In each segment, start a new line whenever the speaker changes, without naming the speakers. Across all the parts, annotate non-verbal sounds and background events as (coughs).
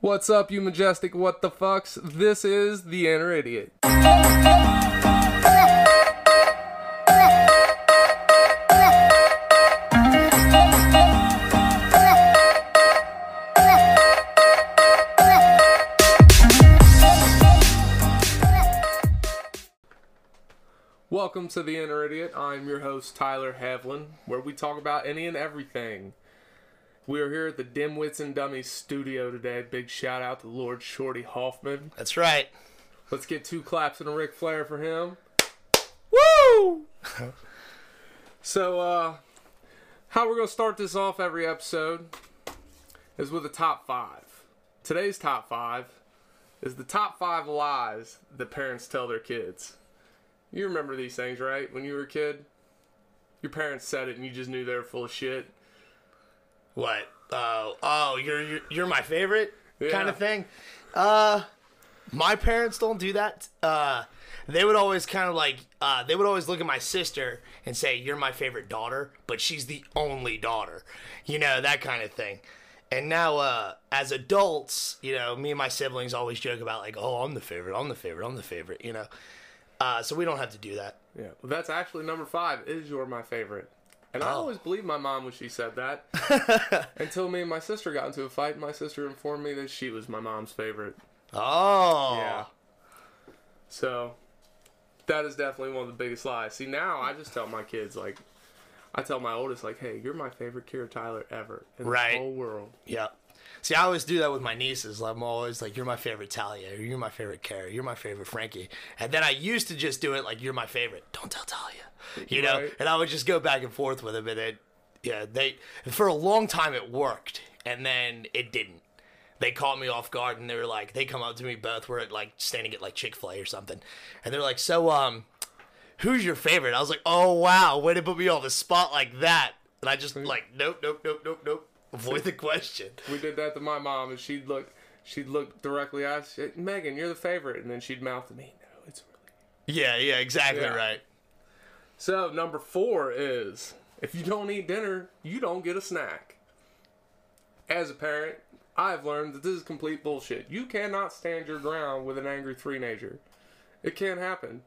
What's up, you majestic what the fucks? This is the Inner Idiot. Welcome to the Inner Idiot. I'm your host Tyler Havlin, where we talk about any and everything. We are here at the Dimwits and Dummies studio today. Big shout out to Lord Shorty Hoffman.
That's right.
Let's get two claps and a Ric Flair for him. Woo! so, uh, how we're gonna start this off every episode is with a top five. Today's top five is the top five lies that parents tell their kids. You remember these things, right? When you were a kid, your parents said it, and you just knew they were full of shit.
What? Oh, oh, you're you're, you're my favorite kind
Yeah.
of thing. Uh, my parents don't do that. Uh, they would always kind of like uh, they would always look at my sister and say, "You're my favorite daughter," but she's the only daughter. You know that kind of thing. And now, uh, as adults, you know, me and my siblings always joke about like, "Oh, I'm the favorite. I'm the favorite. I'm the favorite." You know. Uh, so we don't have to do that.
Yeah, well, that's actually number five. Is you're my favorite, and I
Oh.
always believed my mom when she said
(laughs)
that. until me and my sister got into a fight, and my sister informed me that she was my mom's favorite.
Oh.
Yeah. So, that is definitely one of the biggest lies. See, now I just tell my kids like, I tell my oldest like, "Hey, you're my favorite Kira Tyler ever in
Right.
the whole world."
Yeah. See, I always do that with my nieces. I'm always like, "You're my favorite Talia," or "You're my favorite Carrie," "You're my favorite Frankie," and then I used to just do it like, "You're my favorite." Don't tell Talia, you know.
Right.
And I would just go back and forth with them, and it, yeah, they for a long time it worked, and then it didn't. They caught me off guard, and they were like, they come up to me both. We're at like standing at like Chick Fil A or something, and they're like, "So, um, who's your favorite?" I was like, "Oh wow, way to put me on the spot like that." And I just like, nope, nope, nope, nope, nope. Avoid the question.
We did that to my mom, and she'd look, she'd look directly at us, she'd, Megan, you're the favorite, and then she'd mouth to me, "No, it's really."
Yeah, yeah, exactly
Yeah.
right.
So number four is if you don't eat dinner, you don't get a snack. As a parent, I've learned that this is complete bullshit. You cannot stand your ground with an angry teenager. It can't happen.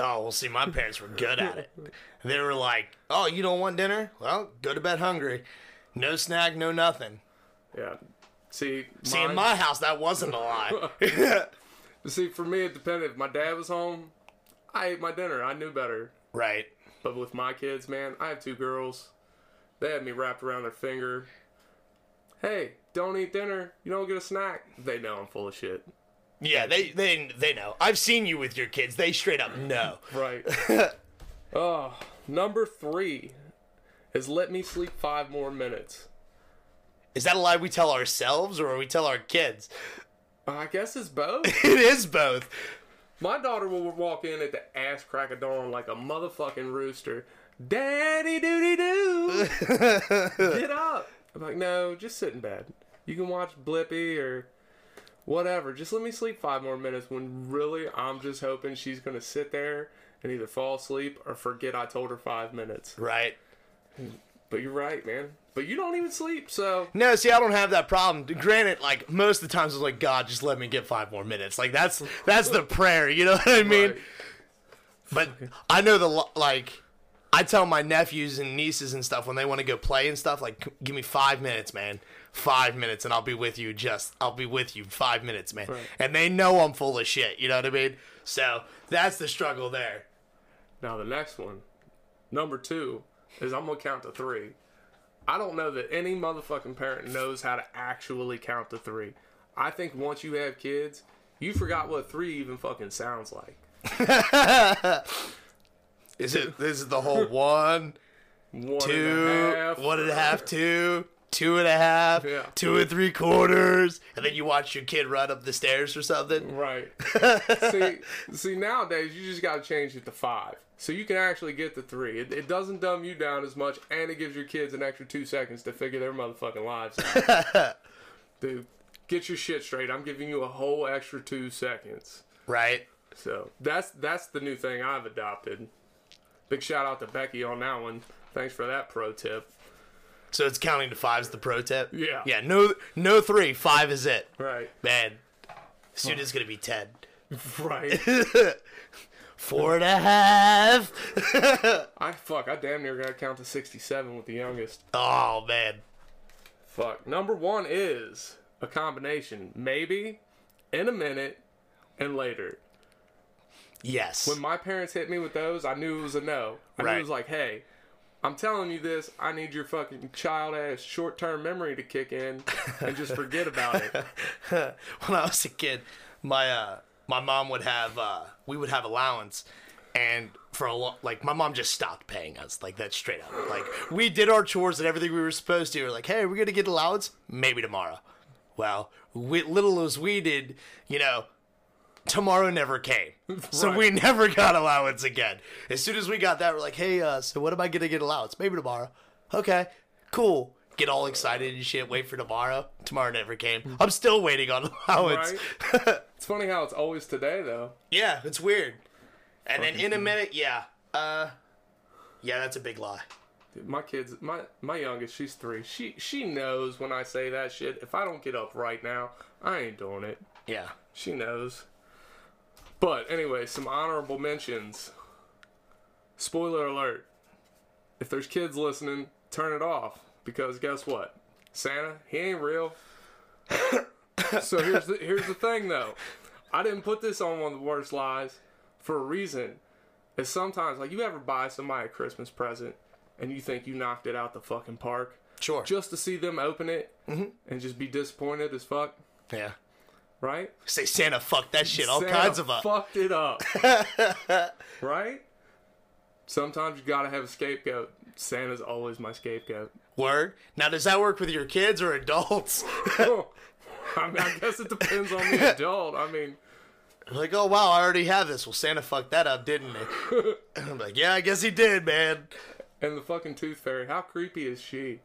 Oh, well, see, my parents were good
(laughs)
at it. They were like, oh, you don't want dinner? Well, go to bed hungry. No snack, no nothing.
Yeah. See,
See, in
mine-
my house, that wasn't a lie.
(laughs) see, for me, it depended. If my dad was home, I ate my dinner. I knew better.
right.
But with my kids, man, I have two girls. They had me wrapped around their finger. Hey, don't eat dinner. You don't get a snack. They know I'm full of shit.
Yeah, they, they they know. I've seen you with your kids. They straight up know.
Right. oh, number three is let me sleep five more minutes.
Is that a lie we tell ourselves or we tell our kids? (laughs)
I guess it's both.
It is both.
My daughter will walk in at the ass crack of dawn like a motherfucking rooster. Daddy doody doo. Get up. I'm like, no, just sit in bed. You can watch Blippy or whatever. Just let me sleep five more minutes when really I'm just hoping she's going to sit there and either fall asleep or forget I told her five minutes.
Right.
But you're right, man. But you don't even sleep, so.
No, see, I don't have that problem. Granted, like most of the times, I was like, God, just let me get five more minutes. Like that's that's the prayer. You know what I mean?
Right.
But I know the lo- like. I tell my nephews and nieces and stuff when they want to go play and stuff, like, give me five minutes, man. Five minutes, and I'll be with you. Just, I'll be with you. Five minutes, man. And they know I'm full of shit. You know what I mean? So that's the struggle there.
Now the next one, number two, is I'm gonna count to three. I don't know that any motherfucking parent knows how to actually count to three. I think once you have kids, you forgot what three even fucking sounds like.
Is it? This is
(laughs)
the whole one,
One and
two,
a half. uh,
one and a half, two, two and a half,
Yeah.
two and three quarters, and then you watch your kid run up the stairs or something.
Right. see, see, nowadays you just gotta change it to five, so you can actually get to three. It, it doesn't dumb you down as much, and it gives your kids an extra two seconds to figure their motherfucking lives out. Dude, get your shit straight. I'm giving you a whole extra two seconds.
Right.
So that's that's the new thing I've adopted. Big shout out to Becky on that one. Thanks for that pro tip.
So it's counting to five is the pro tip.
Yeah.
Yeah. No. No three. Five is it.
Right.
Man, soon it's gonna be ten.
(laughs) Right.
Four and a half.
I fuck. I damn near gotta count to sixty-seven with the youngest.
Oh man.
Fuck. Number one is a combination. Maybe, in a minute, and later.
Yes.
When my parents hit me with those, I knew it was a no. I knew
Right.
it was like, hey, I'm telling you this. I need your fucking child ass short term memory to kick in and just forget about it.
(laughs) when I was a kid, my uh, my mom would have uh, we would have allowance, and for a long like my mom just stopped paying us like that straight up. Like we did our chores and everything we were supposed to. We're like, hey, we're gonna get allowance maybe tomorrow. Well, we, little as we did, you know, tomorrow never came. So we never got allowance again. As soon as we got that, we're like, hey, uh, so what am I going to get allowance? Maybe tomorrow. Okay, cool. Get all excited and shit, wait for tomorrow. Tomorrow never came. I'm still waiting on (laughs) allowance.
It's funny how it's always today though.
(laughs) Yeah, it's weird. And then in a minute, yeah. Uh, yeah, that's a big lie.
My kids, my my youngest, she's three. She she knows when I say that shit. If I don't get up right now, I ain't doing it.
Yeah.
She knows. But anyway, some honorable mentions. Spoiler alert. If there's kids listening, turn it off because guess what? Santa, he ain't real. (coughs) so here's the here's the thing though. I didn't put this on one of the worst lies for a reason. Is sometimes like you ever buy somebody a Christmas present and you think you knocked it out the fucking park
Sure.
just to see them open it and just be disappointed as fuck,
yeah.
right?
Say Santa fucked that shit all
Santa
kinds of uh, up.
fucked it
(laughs)
up. right? Sometimes you gotta have a scapegoat. Santa's always my
(laughs)
scapegoat. (laughs)
Word. Now, does that work with your kids or adults?
Oh, I, mean, I guess it depends on the adult. I mean,
Like, oh wow, I already have this. Well, Santa fucked that up, didn't he? And I'm like, yeah, I guess he did, man.
and the fucking tooth fairy. How creepy is she?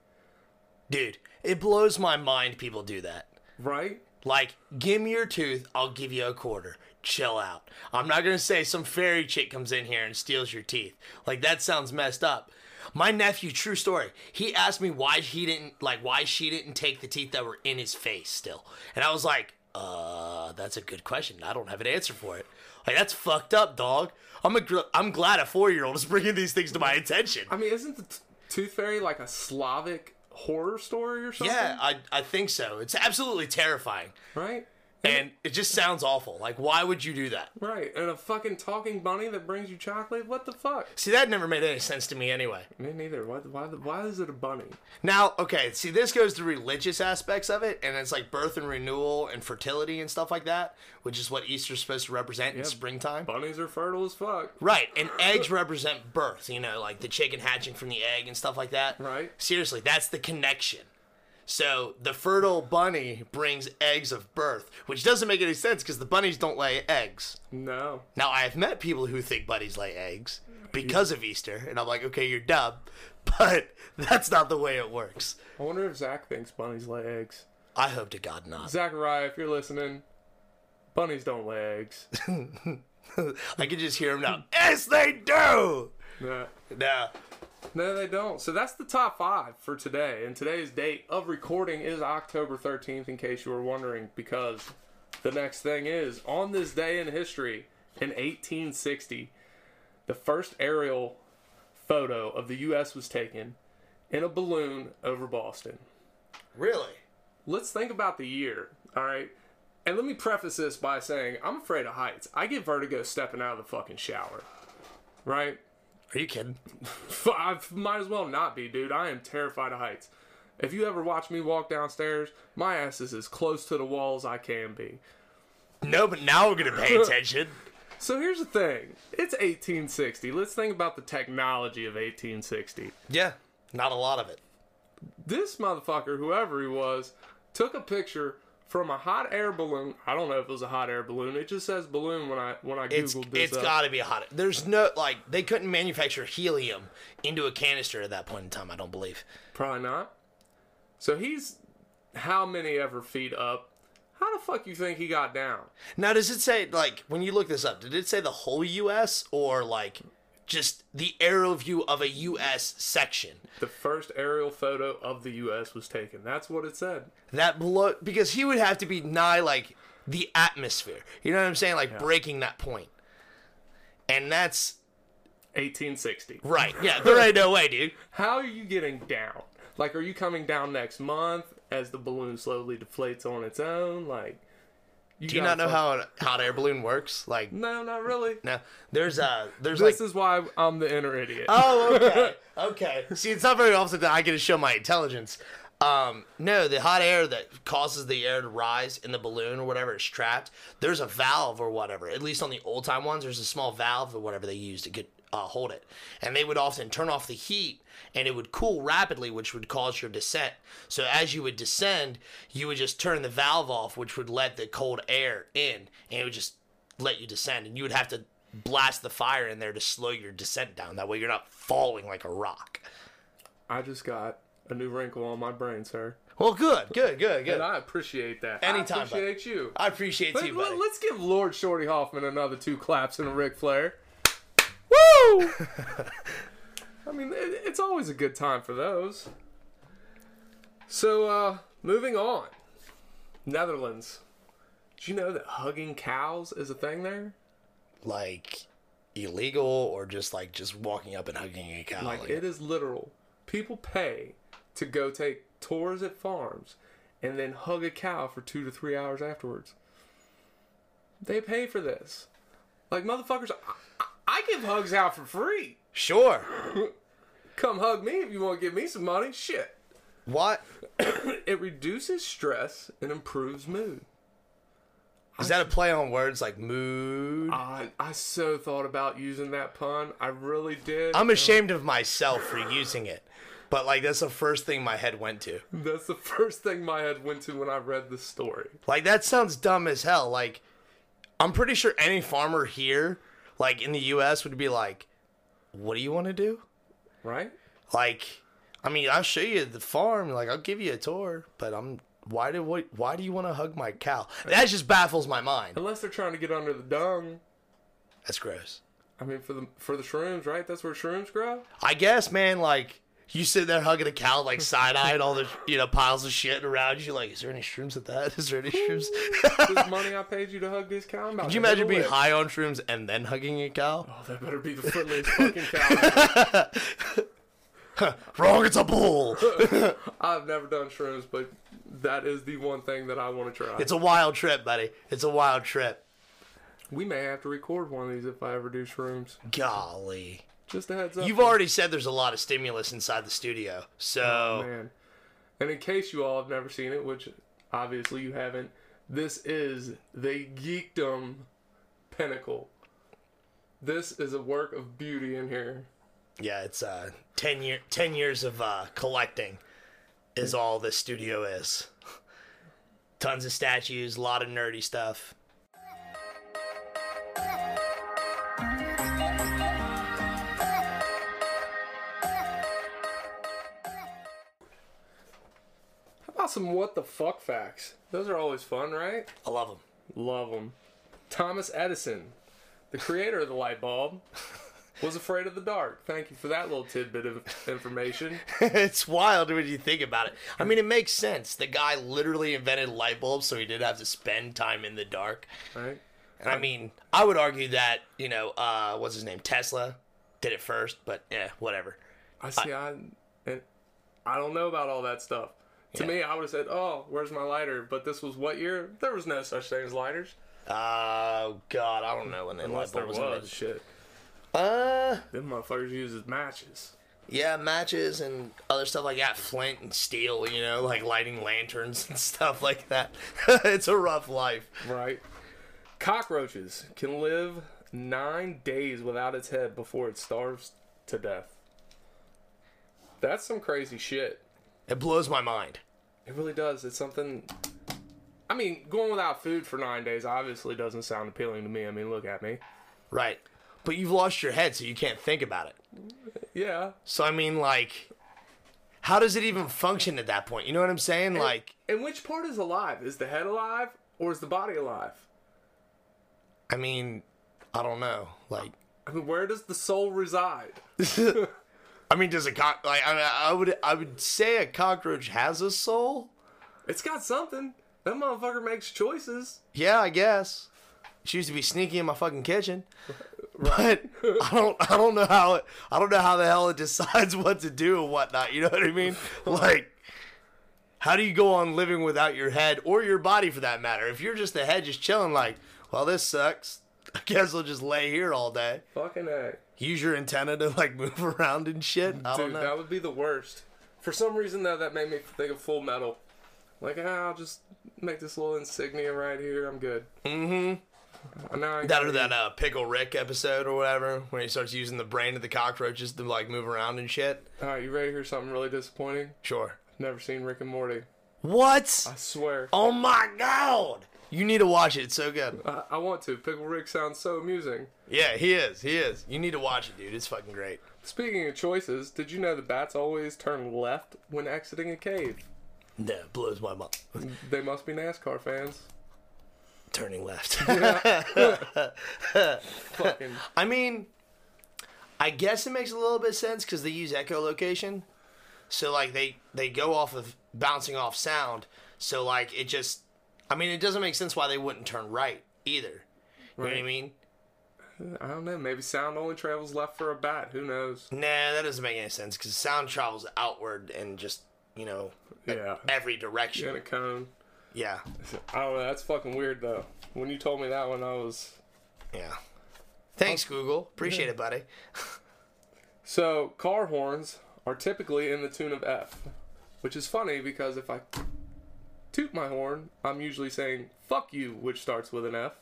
Dude, it blows my mind people do that.
Right?
Like, give me your tooth, I'll give you a quarter. Chill out. I'm not gonna say some fairy chick comes in here and steals your teeth. Like that sounds messed up. My nephew, true story, he asked me why he didn't like why she didn't take the teeth that were in his face still. And I was like, uh, that's a good question. I don't have an answer for it. Like that's fucked up, dog. I'm a gr- I'm glad a four year old is bringing these things to my attention.
I mean, isn't the t- tooth fairy like a Slavic horror story or something?
Yeah, I I think so. It's absolutely terrifying,
Right?
and it just sounds awful. Like why would you do that?
Right. And a fucking talking bunny that brings you chocolate? What the fuck?
See, that never made any sense to me anyway.
Me neither. Why, why, why is it a bunny?
Now, okay, see, this goes to religious aspects of it, and it's like birth and renewal and fertility and stuff like that, which is what Easter's supposed to represent in springtime.
Bunnies are fertile as fuck.
Right, and eggs represent birth, you know, like the chicken hatching from the egg and stuff like that.
Right.
Seriously, that's the connection. So the fertile bunny brings eggs of birth, which doesn't make any sense because the bunnies don't lay eggs.
No.
Now, I have met people who think bunnies lay eggs because of Easter, and I'm like, okay, you're dumb, (laughs) but that's not the way it works.
I wonder if Zach thinks bunnies lay eggs.
I hope to God not. (laughs)
Zachariah, if you're listening, bunnies don't lay eggs.
I can just hear him now. Yes, they do.
no,
No,
no, they don't. So that's the top five for today. And today's date of recording is October 13th, in case you were wondering, because the next thing is on this day in history, in 1860, the first aerial photo of the U.S. was taken in a balloon over Boston.
really?
let's think about the year, all right? And let me preface this by saying I'm afraid of heights. I get vertigo stepping out of the fucking shower, right? (laughs)
Are you kidding?
F- I f- might as well not be, dude. I am terrified of heights. If you ever watch me walk downstairs, my ass is as close to the wall as I can be.
No, but now we're gonna pay attention.
So here's the thing it's 1860. Let's think about the technology of 1860.
yeah, not a lot of it.
this motherfucker, whoever he was, took a picture from a hot air balloon. I don't know if it was a hot air balloon. It just says balloon when I when I
It's
googled this.
it's
up.
gotta be hot. There's no like they couldn't manufacture helium into a canister at that point in time. I don't believe.
Probably not. So he's how many ever feet up? How the fuck you think he got down?
Now, does it say like when you look this up? Did it say the whole U.S. or like just the aerial view of a U.S. section.
The first aerial photo of the U.S. was taken. That's what it said.
That blow because he would have to be nigh like the atmosphere. You know what I'm saying? Like breaking that point. And that's
1860.
right. Yeah, there ain't no way, dude.
How are you getting down? Like, are you coming down next month as the balloon slowly deflates on its own? Like,
Do you not know how a hot air balloon works? Like,
No, not really.
no. There's uh there's like
This is why I'm the inner idiot.
Oh, okay. Okay. See, it's not very often that I get to show my intelligence. Um, no, the hot air that causes the air to rise in the balloon or whatever is trapped. There's a valve or whatever. At least on the old time ones, there's a small valve or whatever they use to get uh, hold it, and they would often turn off the heat, and it would cool rapidly, which would cause your descent. So as you would descend, you would just turn the valve off, which would let the cold air in, and it would just let you descend, and you would have to blast the fire in there to slow your descent down. That way, you're not falling like a rock.
I just got a new wrinkle on my brain, sir.
Well, good, good, good, good.
And
I,
I appreciate that.
Anytime,
I appreciate you.
appreciate
Let,
you, buddy.
us give Lord Shorty Hoffman another two claps and a Ric Flair.
(laughs) Woo!
I mean, it, it's always a good time for those. So, uh, moving on. Netherlands. Did you know that hugging cows is a thing there?
like illegal or just like just walking up and hugging a cow.
Like,
Like,
it is literal. People pay to go take tours at farms and then hug a cow for two to three hours afterwards. They pay for this. Like, motherfuckers, I, I, I give hugs out for free.
sure.
Come hug me if you want to give me some money. Shit.
What
It reduces stress and improves mood.
is that a play on words like mood?
I, I so thought about using that pun. I really did.
I'm ashamed of myself for using it, but like that's the first thing my head went to.
That's the (laughs) first thing my head went to when I read the story.
Like that sounds dumb as hell. Like I'm pretty sure any farmer here, like in the US would be like, "What do you want to do?"
Right?
Like I mean, I'll show you the farm, like I'll give you a tour, but I'm why do what why do you want to hug my cow? That just baffles my mind.
Unless they're trying to get under the dung.
That's gross.
I mean, for the for the shrooms, right? That's where shrooms
(laughs)
grow.
I guess, man, like you sit there hugging a cow like side eyed all the you know piles of shit around you like is there any shrooms at that is there any shrooms
this money I paid you to hug this cow. I'm about
could you
to hit
imagine
a
being
lick.
high on shrooms and then hugging a cow
Oh, that better be the friendliest fucking
(laughs)
cow.
wrong it's a bull
I've never done shrooms, but that is the one thing that I want to try.
It's a wild trip, buddy. It's a wild trip.
we may have to record one of these if I ever do shrooms.
Golly.
Just a heads up.
You've already said there's a lot of stimulus inside the studio. So,
man. And in case you all have never seen it, which obviously you haven't, this is the geekdom pinnacle. This is a work of beauty in here.
yeah, it's uh 10 year 10 years of uh collecting is all this studio is. Tons of statues, a lot of nerdy stuff.
How about some what the fuck facts? Those are always fun, right?
I love them.
Love them. Thomas Edison, the creator of the light bulb, (laughs) was afraid of the dark. Thank you for that little tidbit of
(laughs)
information.
it's wild when you think about it. I mean, it makes sense. The guy literally invented light bulbs, so he did have to spend time in the dark.
Right?
And I mean, I would argue that you know, uh, what's his name, Tesla, did it first, but yeah, whatever.
I see. I, and I don't know about all that stuff. To
Yeah.
me, I would have said, "Oh, where's my lighter?" But this was what year? There was no such thing as lighters.
Oh God, I don't know when they
Unless
light
there
bulb
was,
was. invented.
shit.
Uh,
Them motherfuckers uses matches.
yeah, matches and other stuff like that, flint and steel, you know, like lighting lanterns (laughs) and stuff like that. (laughs) it's a rough life.
Right. Cockroaches can live nine days without its head before it starves to death. That's some crazy shit.
It blows my mind.
It really does. It's something. I mean, going without food for nine days obviously doesn't sound appealing to me. I mean, look at me.
Right, but you've lost your head, so you can't think about it.
Yeah,
So I mean, like, how does it even function at that point? You know what I'm saying? Like,
And which part is alive? Is the head alive or is the body alive?
I mean, I don't know. Like,
I mean, where does the soul reside?
I mean, does a cock like I, mean, I would I would say a cockroach has a soul?
It's got something. That motherfucker makes choices.
Yeah, I guess. She used to be sneaky in my
(laughs)
fucking kitchen. But I don't I don't know how it I don't know how the hell it decides (laughs) what to do and whatnot. You know what
(laughs)
I mean? Like how do you go on living without your head or your body for that matter? If you're just the head just chilling like, well this sucks. (laughs) I guess I'll just lay here all day.
Fucking A.
Use your antenna to like (laughs) move around and shit. I don't
Dude,
know.
that would be the worst. For some reason, though, that made me think of Full Metal. Like, ah, I'll just make this little insignia right here. I'm good. Mm-hmm. Now I
That or that uh, Pickle Rick episode or whatever, when he starts using the brain of the cockroaches to like move around and shit.
All right, you ready to hear something really disappointing?
Sure.
Never seen Rick and Morty.
What?
I swear.
Oh my god! You need to watch it. It's so good.
Uh, I, I want to. Pickle Rick sounds so amusing.
Yeah, he is. He is. You need to watch it, dude. It's fucking great.
Speaking of choices, did you know the bats always turn left when exiting a cave?
No, it blows my mind. (laughs)
They must be NASCAR fans.
Turning left. (laughs)
Fucking.
I mean, I guess it makes a little bit of sense because they use echolocation. So like they they go off of bouncing off sound. So like it just, I mean, it doesn't make sense why they wouldn't turn right either. You know what I
Right.
mean?
I don't know. Maybe sound only travels left for a bat. Who
(laughs)
knows?
Nah, that doesn't make any sense because sound travels outward and just you know
Yeah.
every
In
direction.
a cone.
Yeah,
I don't know. That's fucking weird though. When you told me that one, I was
yeah. Thanks, Google. Appreciate it, buddy.
so. Car horns are typically in the tune of F, which is funny because if I toot my horn, I'm usually saying "fuck you," which starts with an F.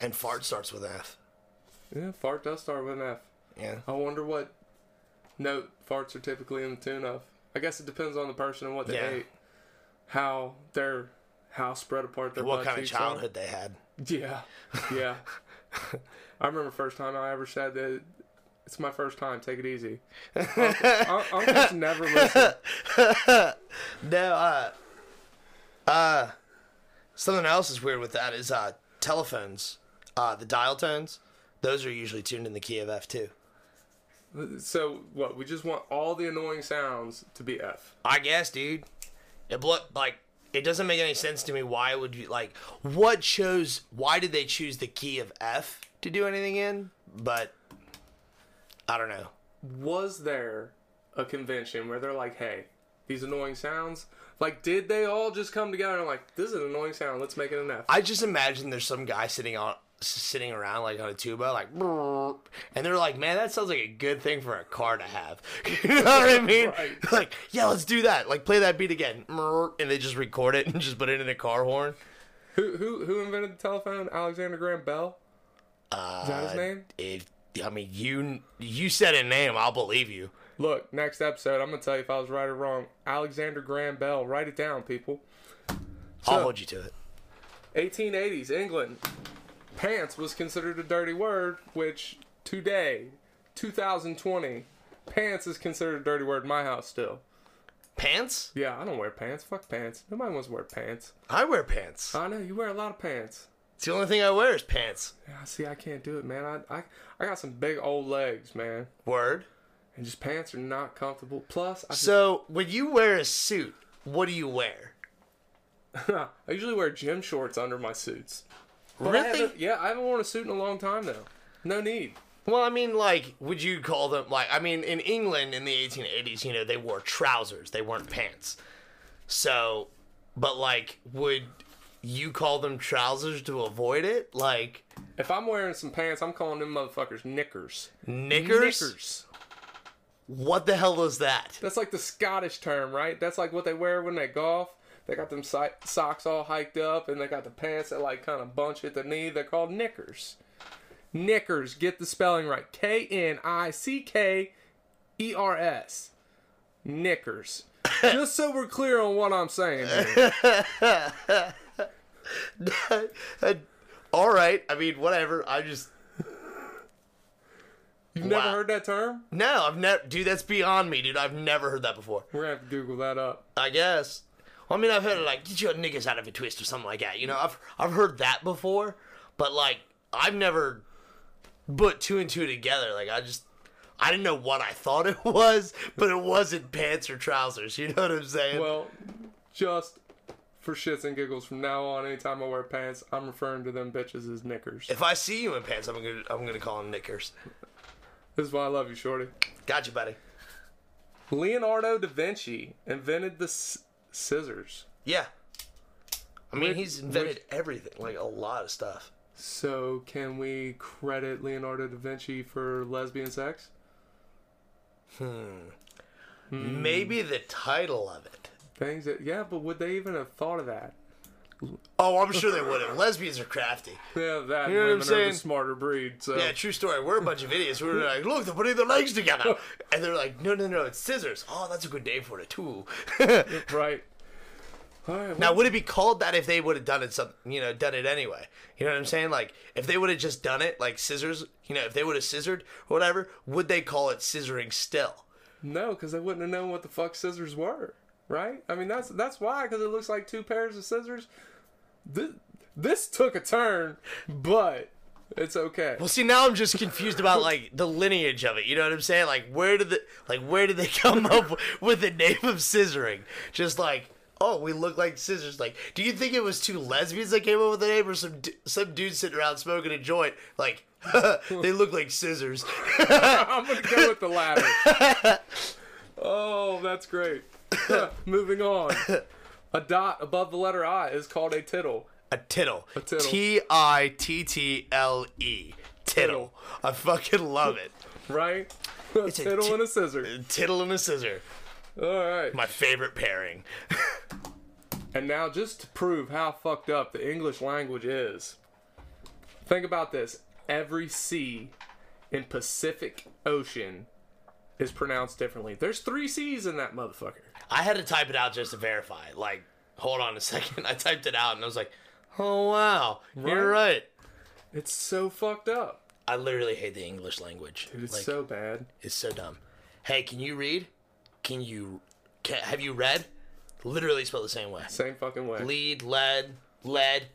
And fart starts with an F.
Yeah, fart does start with an F.
Yeah.
I wonder what note farts are typically in the tune of. I guess it depends on the person and what they
Yeah.
ate, how their how spread apart their
What
butt
kind of
cheeks are.
childhood they had?
Yeah, yeah. (laughs) I remember first time I ever said that. It's my first time. Take it easy.
(laughs)
I'm, I'm just never listen.
No, uh, uh, something else is weird with that is uh, telephones, uh, the dial tones, those are usually tuned in the key of F too.
So what? We just want all the annoying sounds to be F.
I guess, dude. It blo- like it doesn't make any sense to me. Why would you like what chose? Why did they choose the key of F to do anything in? But I don't know.
Was there a convention where they're like, "Hey, these annoying sounds." Like, did they all just come together and like, "This is an annoying sound. Let's make it an F."
I just imagine there's some guy sitting on s- sitting around like on a tuba like (laughs) "Brrr," and they're like man that sounds like a good thing for a car to have (laughs) you know what i mean
(laughs) Right.
like yeah let's do that like play that beat again (laughs) "Brrr," and they just record it (laughs) and just put it in a car horn
Who who who invented the telephone? Alexander Graham Bell.
uh,
that his name?
if i mean you you said a name i'll believe you
Look, next episode, I'm gonna tell you if I was right or wrong. Alexander Graham Bell. Write it down, people.
i'll
So-
hold you to it
1880s England, pants was considered a dirty word, which today, 2020, pants is considered a dirty word in my house still.
pants
Yeah, I don't wear pants. Fuck pants. Nobody wants to wear pants.
i wear pants
I know you wear a lot of pants.
it's the only thing i wear is pants
Yeah, see, I can't do it, man. I, I, I got some big old legs, man,
word
and just pants are not comfortable. Plus, I,
so when you wear a suit what do you wear
(laughs) I usually wear gym shorts under my suits. But I
Really?
haven't- yeah, I haven't worn a suit in a long time now. No need.
Well, I mean, like, would you call them like? I mean, in England in the 1880s, you know, they wore trousers; they weren't pants. So, but like, would you call them trousers to avoid it? Like
If I'm wearing some pants, I'm calling them motherfuckers knickers.
knickers? What the hell is that? (laughs)
That's like the Scottish term, right? That's like what they wear when they golf. They got them si- socks all hiked up, and they got the pants that like kind of bunch at the knee. They're called knickers. Knickers. Get the spelling right. K N I C K E R S. Knickers. Just so we're clear on what I'm saying. here.
Uh, All right, I mean, whatever. I just
You've
Wow.
never heard that term?
no, I've never, dude. That's beyond me, dude. I've never heard that before.
We're gonna have to Google that up.
I guess. Well, I mean, I've heard of, like get your niggas out of a twist or something like that. You know, I've I've heard that before, but like I've never put two and two together. Like I just I didn't know what I thought it (laughs) was, but it wasn't pants or trousers. You know what I'm saying?
Well, just for shits and giggles, from now on, anytime I wear pants, I'm referring to them bitches as knickers.
if I see you in pants, I'm gonna I'm gonna call them knickers.
This is why I love you, Shorty.
Gotcha, buddy.
Leonardo da Vinci invented the s- scissors.
Yeah. I mean,
Which-
he's invented everything, like a lot of stuff.
So, can we credit Leonardo da Vinci for lesbian sex?
Maybe the title of it.
Things that, yeah, but would they even have thought of that?
Oh, I'm sure they would have. Lesbians are crafty.
Yeah, that
know what I'm
women are
saying?
the smarter breed. So,
Yeah, true story. We're a bunch of idiots. We were like, look, they're putting their legs together. And they're like, no, no, no, it's scissors. Oh, that's a good name for it, too.
right. All right.
now, would it be called that if they would have done it some, you know, done it anyway? You know what I'm saying? Like, if they would have just done it, like scissors, you know, if they would have scissored or whatever, would they call it scissoring still?
No, because they wouldn't have known what the fuck scissors were, right? I mean, that's that's why, because it looks like two pairs of scissors. This, this took a turn, but it's okay.
Well, see, now I'm just confused about like the lineage of it. You know what I'm saying? Like, where did the like where did they (laughs) come up with the name of scissoring? Just like, oh, we look like scissors. Like, do you think it was two lesbians that came up with the name, or some d- some dude sitting around smoking a joint? Like, (laughs) they look like scissors.
I'm gonna go with the
(laughs)
latter. oh, that's great. Moving on. A dot above the letter I is called a tittle.
a tittle.
tittle.
T i t t l e. Tittle. I fucking love it.
right? A
a
tittle
ti-
and a scissor.
Tittle and a scissor.
All right.
My favorite pairing.
And now, just to prove how fucked up the English language is, think about this: every sea in Pacific Ocean is pronounced differently. There's three C's in that motherfucker.
I had to type it out just to verify. it. Like, hold on a (laughs) second. I typed it out and I was like, oh wow, you're right.
It's so fucked up.
I literally hate the English language.
It's
like,
so bad.
it's so dumb. Hey, can you read? Can you? Can, have you read? Literally spelled the same way.
Same fucking way.
Lead, lead, lead.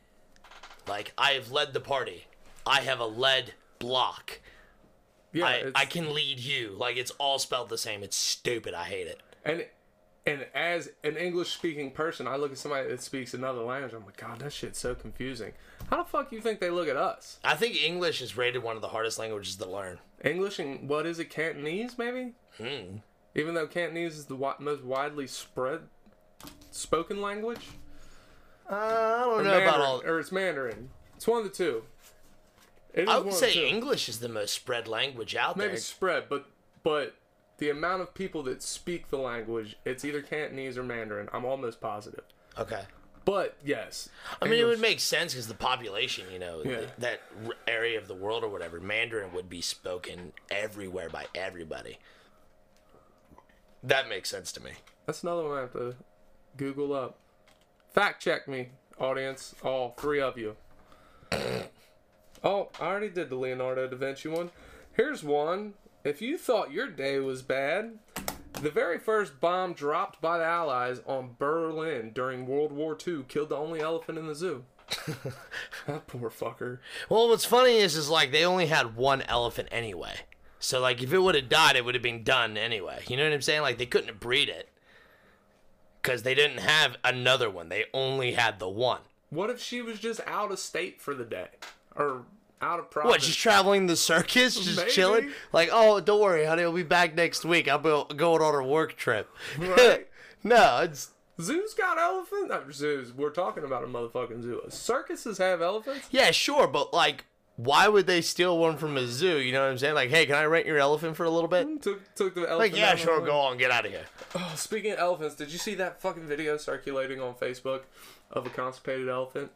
Like I have led the party. I have a lead block.
yeah,
I,
it's,
I can lead you. Like it's all spelled the same. It's stupid. I hate it.
and and as an English-speaking person, I look at somebody that speaks another language. I'm like, God, that shit's so confusing. How the fuck you think they look at us?
I think English is rated one of the hardest languages to learn.
English and what is it, Cantonese maybe?
Hmm.
Even though Cantonese is the wi- most widely spread spoken language,
Uh, I don't know
Mandarin,
about all.
or it's Mandarin. It's one of the two. It is
I
one
would
of
say
the two.
English is the most spread language out
maybe
there.
spread, but but the amount of people that speak the language, it's either Cantonese or Mandarin. I'm almost positive.
Okay.
But yes,
I mean, it would make sense because the population, you know, th-
Yeah.
that r- area of the world or whatever, Mandarin would be spoken everywhere by everybody. That makes sense to me.
that's another one I have to Google up. Fact check me, audience, all three of you. (coughs) Oh, I already did the Leonardo da Vinci one. Here's one. If you thought your day was bad, the very first bomb dropped by the Allies on Berlin during World War II killed the only elephant in the zoo. that poor fucker.
Well, what's funny is, is like they only had one elephant anyway. So like, if it would have died, it would have been done anyway. You know what I'm saying? Like they couldn't breed it because they didn't have another one. They only had the one.
What if she was just out of state for the day? Or out of province?
What, just traveling the circus, just
Maybe.
chilling? Like, oh, don't worry, honey, I'll be back next week. I'm go- going on a work trip.
Right.
(laughs) no, it's
Zoos got elephants? Not zoos. We're talking about a motherfucking zoo. Circuses have elephants?
yeah, sure, but like, why would they steal one from a zoo? You know what I'm saying? Like, hey, can I rent your elephant for a little bit?
Took, took the elephant.
Like,
out
yeah,
of the
sure,
way.
go on, get out of here.
Oh, (laughs) speaking of elephants, did you see that fucking video circulating on Facebook of a constipated elephant?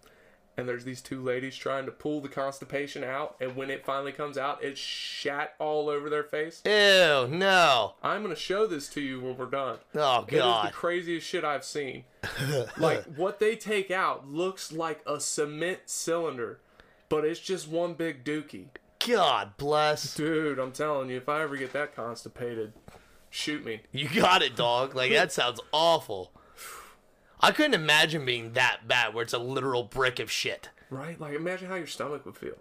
And there's these two ladies trying to pull the constipation out, and when it finally comes out, it's shat all over their face.
Ew, no.
I'm gonna show this to you when we're done.
Oh
It is the
god.
craziest shit I've
(laughs)
seen. like what they take out looks like a cement cylinder, but it's just one big dookie.
God bless.
Dude, I'm telling you, if I ever get that constipated, shoot me.
You got it, dog. Like that sounds awful. I couldn't imagine being that bad where it's a literal brick of shit.
Right? Like imagine how your stomach would feel.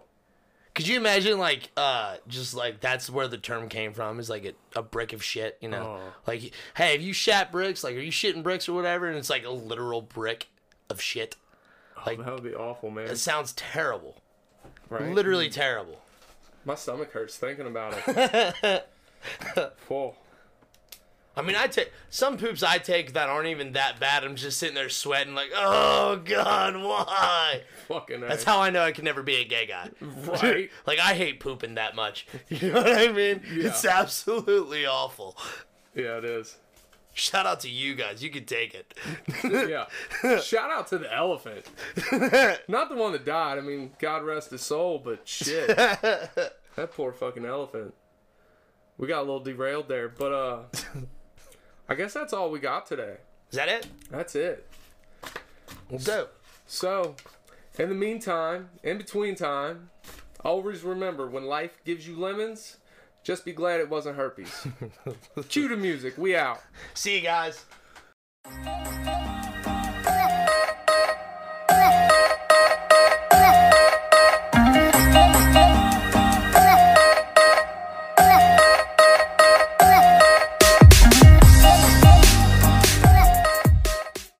Could you imagine, like, uh, just like that's where the term came from? Is like a, a brick of shit, you know?
Oh.
Like, hey, have you shat bricks? Like, are you shitting bricks or whatever? And it's like a literal brick of shit. Like,
Oh, That would be awful, man.
it sounds terrible.
Right? Mm-hmm.
Literally terrible.
My stomach hurts thinking about it.
(laughs)
Whoa.
I mean, I take some poops I take that aren't even that bad. I'm just sitting there sweating, like, oh god, why?
Fucking
That's how I know I can never be a gay guy.
Right.
(laughs) like I hate pooping that much. (laughs) You know what I mean? It's absolutely awful.
Yeah, it is.
Shout out to you guys. You can take it.
Yeah. Shout out to the elephant.
(laughs)
Not the one that died. I mean, God rest his soul, but shit.
(laughs)
that poor fucking elephant. We got a little derailed there, but
(laughs)
uh I guess that's all we got today.
Is that it?
That's it.
Let's go.
So, in the meantime, in between time, always remember when life gives you lemons, just be glad it wasn't herpes. Cue the music. We out.
See you guys.